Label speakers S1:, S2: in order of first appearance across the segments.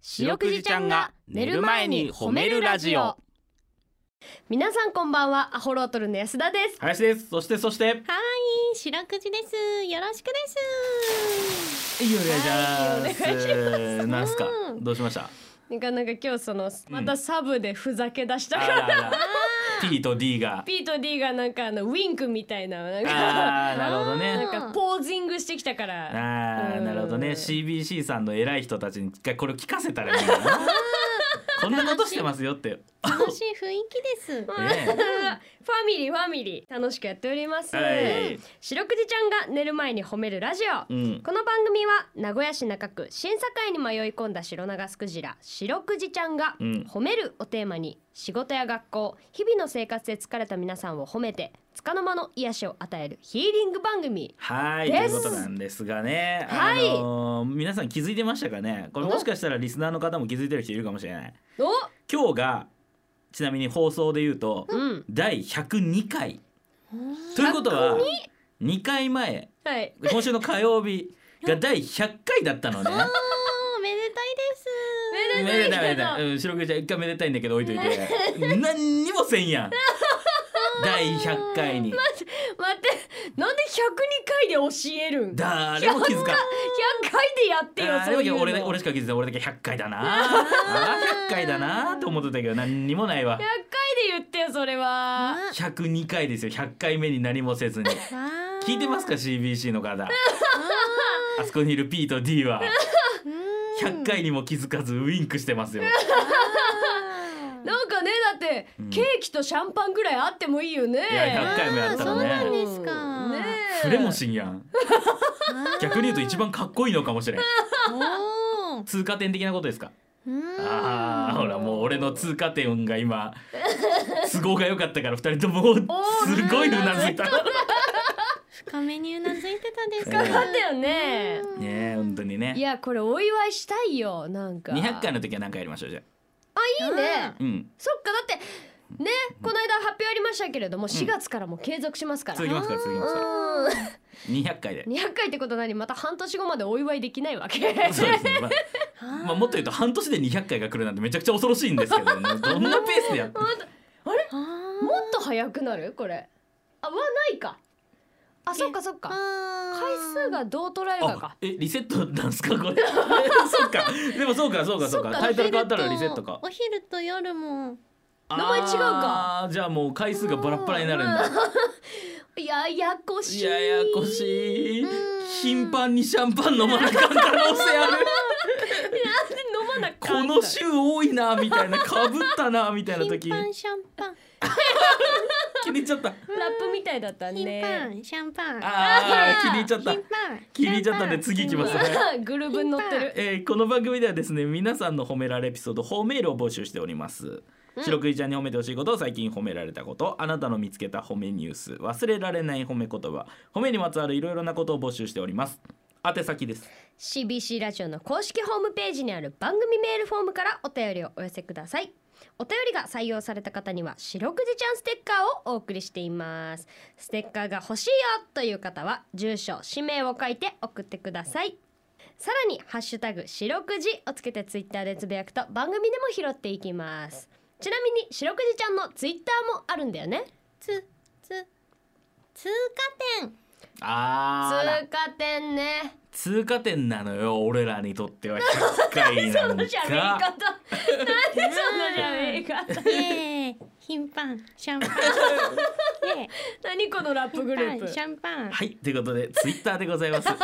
S1: 白くじちゃんが寝る前に褒めるラジオ
S2: 皆さんこんばんはアホロートルの安田です
S1: 林ですそしてそしてはい
S3: 白くじですよろしくです
S1: いお願いします,、なんすか
S2: うん
S1: どうしました
S2: なんかなんか今日そのまたサブでふざけ出した
S1: あ
S2: から、
S1: らあら P と D が
S2: P と D がなんかあのウィンクみたいななんか
S1: あーなるほどね
S2: なんかポージングしてきたから
S1: あー
S2: うん
S1: なるほどね CBC さんの偉い人たちに一回これを聞かせたらいいんだなこんなことしてますよってね
S3: 楽しい雰囲気で す
S2: ファミリーファミリー楽しくやっております、
S1: はい
S2: 白くじちゃんが寝る前に褒めるラジオ、
S1: うん
S2: この番組は名古屋市中区審査会に迷い込んだ白長スクジラ白くじちゃんが
S1: うん
S2: 褒めるをテーマに仕事や学校日々の生活で疲れた皆さんを褒めて束の間の癒しを与えるヒーリング番組
S1: はいと
S2: で
S1: いう
S2: す
S1: ことなんですがね、
S2: はい
S1: あのー皆さん気づいてましたかねこれ
S2: お
S1: もしかしたらリスナーの方も気づいてる人いるかもしれない
S2: お
S1: 今日がちなみに放送で言うと、
S2: うん
S1: 第102回ということは2回前
S2: はい
S1: 今週の火曜日が第100回だったの ね。
S3: おめでたいです
S2: め
S1: めで
S2: で
S1: た
S2: た
S1: いめで
S2: い
S1: たい、
S2: け
S1: うん、白くじちゃん一回めでたいんだけど置いとい て何にもせんやん第100回に
S2: ど待ってなんで102回で教えるん100
S1: 誰も気づかん
S2: 回でやってよ
S1: あー
S2: そういうの
S1: 俺だけ俺しか気づいてない俺だけ100回だ なあー100回だなと思ってたけど何にもないわ
S2: 100回で言ってよそれは
S3: わ
S1: 102回ですよ100回目に何もせずに
S3: あ
S1: 聞いてますか
S3: わ
S1: CBC の方あそこにいる P と D は
S3: あうん
S1: 100回にも気づかずウィンクしてますよ
S3: あー
S2: なんかねだって、
S1: うん
S2: ケーキとシャンパンぐらいあってもいいよね
S1: いや100回もやったらね
S3: あーそうなんですか
S2: ねえ
S1: 触れもしんやん逆に言うと一番かっこいいのかもしれん
S3: おー
S1: 通過点的なことですか
S3: うん
S1: ああほらもう俺の通過点が今都合が良かったから二人ともすごいうな ずいたね
S3: 深めにうなずいてたです
S2: かかったよね
S3: うん
S1: え本当に
S2: い
S1: ね
S2: やこれお祝いしたいよなんか
S1: 200回の時は何かやりましょうじゃあ
S2: いいね
S1: うん
S2: そっかだってねこの間発表ありましたけれども4月からも継続しますから、
S1: 続
S2: う
S1: きますから続きますから
S2: ん、
S1: 200回で
S2: 200回ってことなにまた半年後までお祝いできないわけ
S1: そうですねまあ
S3: あー
S1: まあもっと言うと半年で200回が来るなんてめちゃくちゃ恐ろしいんですけどねどんなペースでやって
S3: あー
S2: もっと早くなるこれあはないかあそっかそっか回
S3: 回
S2: 数がどう捉えるか
S1: あ
S2: か
S1: えリセットなんですかこれ そっかでもそうかそうかそうかタイトル変わったらリセットか
S3: お昼と夜も
S2: 名前違うか
S1: あーじゃあもう回数がバラッバラになるんだ
S2: ややこしい
S1: ややこしい
S3: うん
S1: 頻繁にシャンパン飲まなあかん可能性ある
S2: なんで飲まなかった
S1: この週多いなみたいなかぶったなみたいな時
S3: 頻繁シャンパン
S1: 気に入っちゃった
S2: ラップみたいだった
S3: 頻
S2: ね
S3: 繁シャンパン
S1: あー気に入っちゃっ
S3: 頻
S1: た
S3: 繁
S1: 気に入っちゃったんで
S3: シャンパン
S1: 次行きますね
S2: グルーブに乗ってる
S1: えーこの番組ではですね皆さんの褒められエピソード褒めールを募集しております、白くじちゃんに褒めてほしいこと最近褒められたことあなたの見つけた褒めニュース忘れられない褒め言葉褒めにまつわるいろいろなことを募集しております宛先です
S2: CBC ラジオの公式ホームページにある番組メールフォームからお便りをお寄せくださいお便りが採用された方には白くじちゃんステッカーをお送りしていますステッカーが欲しいよという方は住所氏名を書いて送ってくださいさらに「ハッシュタグ白くじ」をつけてツイッターでつぶやくと番組でも拾っていきますちなみに白くじちゃんのツイッターもあるんだよね
S3: つつ通過点
S1: あ
S2: 通過点ね
S1: 通過点なのよ俺らにとっては100回
S2: そ
S1: な
S2: の
S1: んか
S2: 喋り方なんでその喋り方
S3: イエーイ頻繁シャンパンイエーイ
S2: 何このラップグルー
S3: 頻繁
S2: プ
S3: シャンパン
S1: はいということでツイッターでございます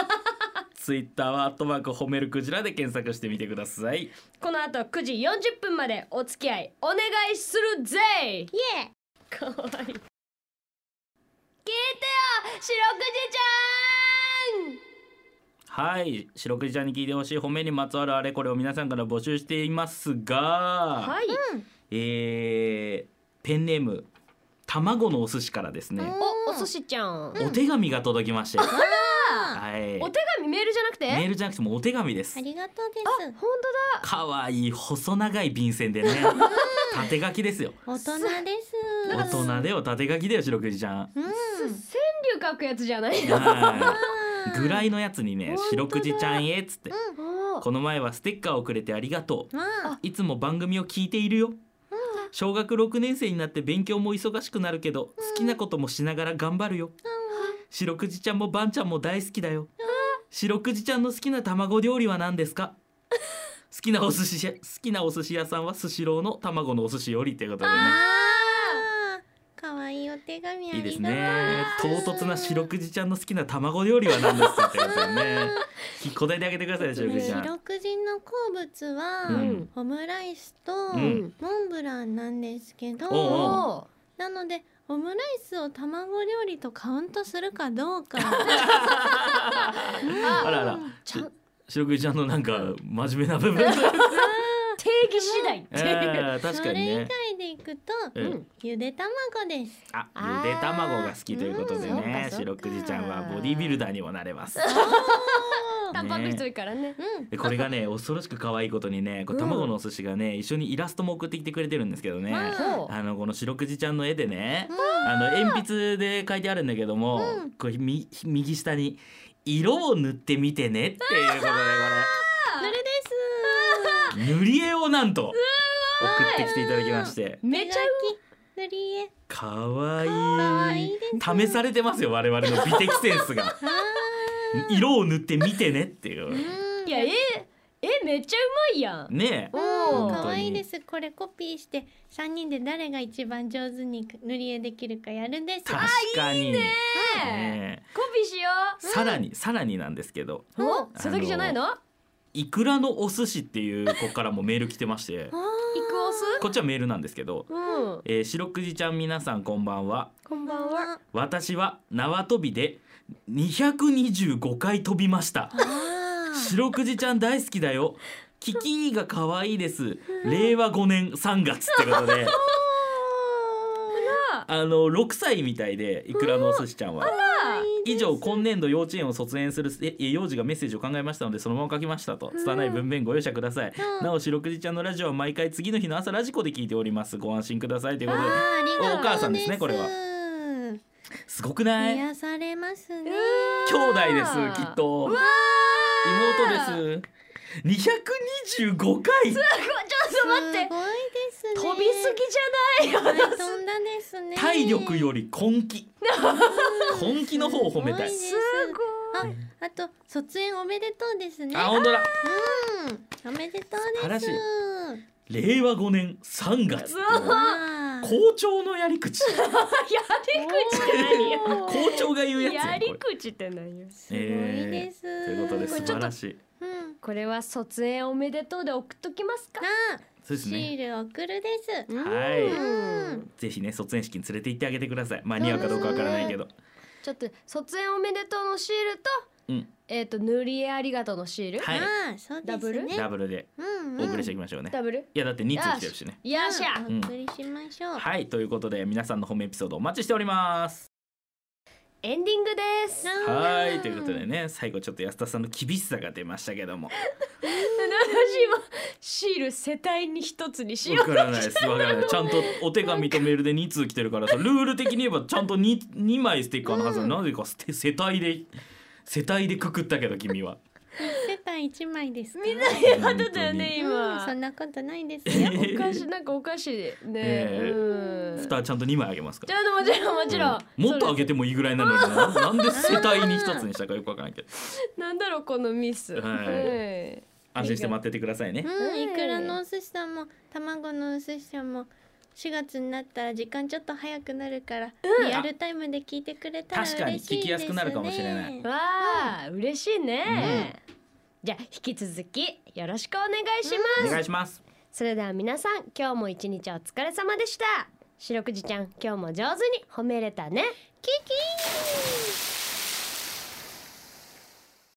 S1: ツイッターはアットマーク褒めるクジラで検索してみてください
S2: この後9時40分までお付き合いお願いするぜ
S3: イエーイ
S2: かわいい聞いてよ白くじち
S1: はい白くじちゃんに聞いてほしい褒めにまつわるあれこれを皆さんから募集していますが、
S2: ゃんはい、
S1: えーペンネーム卵のお寿司からですね、
S2: おお寿司ちゃん、
S1: お手紙が届きまして、はい
S2: お手紙メールじゃなくて
S1: メールじゃなくてもうお手紙です
S3: ありがとうで
S2: あ本当だ
S1: 可愛い細長い便箋でね縦書きですよ
S3: す大人です
S1: 大人でよ縦書きだよ白くじちゃん
S3: うん
S2: 川柳書くやつじゃないの
S1: はいぐらいのやつにね
S2: 本当だ
S1: 白くじちゃんへっつって
S2: おー
S1: この前はステッカーをくれてありがとう
S3: まあ
S1: いつも番組を聞いているよ小学6年生になって勉強も忙しくなるけど好きなこともしながら頑張るよ白くじちゃんもばんちゃんも大好きだよ白くじちゃんの好きな卵料理は何ですか好きなお寿司し好きなお寿司屋さんはスシローの卵のお寿司よりってことでね
S3: あーかわいいお手紙ありがとう
S1: いいですね唐突な白くじちゃんの好きな卵料理は何ですかってことでねき答えてあげてください白くじちゃん
S3: 白くじの好物は、
S1: うん
S3: オムライスと、
S1: うん
S3: モンブランなんですけど、
S1: おうおう
S2: お
S3: なのでオムライスを卵料理とカウントするかどうか
S1: あらあら
S2: ちゃん
S1: 白くじちゃんのなんか真面目な部分
S2: 定義次第って
S1: え
S2: いう。
S1: ー、 確かに
S3: それ以
S1: ね
S3: 外でいくと、
S1: うん
S2: うん
S3: ゆで卵です
S1: あ
S2: あー
S1: ゆで卵が好きということで
S2: うんそう
S1: ね
S2: か
S1: 白
S2: そうか
S1: くじちゃんはボディービルダーにもなれます
S2: タンパク質多いからね。
S3: うん
S1: でこれがね恐ろしく可愛いことにねこれ
S2: うん
S1: 卵のお寿司がね一緒にイラストも送ってきてくれてるんですけどね、
S3: わあ
S2: そう。
S1: あのこの白くじちゃんの絵でね、
S3: う
S1: あの鉛筆で書いてあるんだけども、
S3: うん
S1: これみ右下に「色を塗ってみてね」っていうことで
S3: それで
S1: これ塗り絵をなんと送ってきていただきまして
S3: す
S2: めちゃう
S3: 手書き塗り絵
S1: 可愛い
S3: いい
S1: 試されてますよ我々の美的センス が
S3: あ
S1: 色を塗ってみてねってい
S3: ー
S1: う
S3: うん
S2: いや、え、え、めっちゃうまいやん。
S1: ねえ
S2: お
S1: 本
S2: ー
S1: 当
S3: 可
S1: に
S3: 愛いですこれコピーして三人で誰が一番上手に塗り絵できるかやるんです
S1: 確かにねえ
S2: コピーしよ
S1: さらにさらになんですけど
S2: う。お、それだけじゃないの。
S1: いくらのお寿司っていう子からもメール来てまして
S3: あ
S2: イクオス。
S1: こっちはメールなんですけど
S2: うん。
S1: えー、白くじちゃん皆さんこんばんは
S2: こん
S3: ー
S2: ばんは。
S1: 私は縄跳びで225回飛びました
S3: あー
S1: 白くじちゃん大好きだよキキーが可愛いです令和5年3月ってことであの6歳みたいでいくらのお寿司ちゃんは以上今年度幼稚園を卒園するええ幼児がメッセージを考えましたのでそのまま書きましたと拙い文面ご容赦ください、
S3: うん
S1: なお白くじちゃんのラジオは毎回次の日の朝ラジコで聞いておりますご安心くださいということで
S3: あーありがとう
S1: お母さんですねこれはすごくない
S3: 癒されますね。
S1: 兄弟ですきっと
S2: わー
S1: 妹です225回
S2: ちょっと待って
S3: す。ごいですね。
S2: 飛びすぎじゃない
S3: はい飛んだですね。
S1: 体力より根気根気の方を褒めたい
S3: すごい
S2: すごい。
S3: あと卒園おめでとうですね。
S1: あ本当だ
S3: うんおめでと
S1: 素晴
S3: う
S1: らし
S3: です
S1: い。令和5年3月
S2: うわ
S3: わー
S1: 校長のやり口
S2: やり口って何よ。
S3: おー
S1: 校長が言うやつやん
S2: やり
S1: こ
S2: 口って何よ。
S3: すごいです。
S1: れということで
S2: こ
S1: 素
S2: れちょ
S1: 晴
S2: っと
S1: らしい
S3: うん。
S2: これは卒園おめでとうで送っときますか。
S3: あ
S1: そうです
S3: シ
S1: ね
S3: ール送るです。
S1: は
S2: う
S1: い
S2: ん。
S1: ぜひね卒園式に連れて行ってあげてください間に合うかどうかわからないけど
S2: ちょっと卒園おめでとうのシールと、
S1: うん
S2: えっ、と塗り絵ありがとうのシール。
S1: はい
S3: あーそうですね。
S2: ダブル
S1: ダブルで
S3: うんうん。
S1: お送りしていきましょうね
S2: ダブル。
S1: いやだって2通来てるしね
S2: よっしゃ。
S3: うんお送りしましょう。
S1: はいということで皆さんの褒めエピソードお待ちしております
S2: エンディングです。
S3: な
S1: はいということでね最後ちょっと安田さんの厳しさが出ましたけども
S2: シール世帯に一つにし
S1: わからないですわからないちゃんとお手紙とメールで2通来てるからさルール的に言えばちゃんと 2, 2枚ステッカーのはずなのになぜか捨て世帯で世帯でくくったけど君は
S3: 世帯一枚ですか。みん
S2: う。いうことだよね
S3: うん、
S2: 今。
S3: そんなことないですよ。
S2: お菓子なんかお 菓子でね。
S1: ええ
S2: うん。
S1: 蓋ちゃんと2枚あげますか
S2: ち
S1: ら
S2: ゃんともちろんもちろん。
S1: もっとあげ
S2: て。
S1: てもいいぐらいなのにななんで世帯に1つにしたかよくわからないけど
S2: なんだろうこのミス。
S1: はい
S2: はい
S1: 安心して待っててくださいね
S3: うん、
S2: うん
S3: いくらのお寿司さんも卵のお寿司さんも4月になったら時間ちょっと早くなるから、リアルタイムで聞いてくれたら嬉しいです
S1: 確
S3: ね。
S1: かに聞きやすくなるかもしれない
S3: うん
S2: わあ、嬉しいね、じゃあ引き続きよろしくお願いします、
S1: お願いします
S2: それでは皆さん今日も一日お疲れ様でした白くじちゃん今日も上手に褒めれたねキキ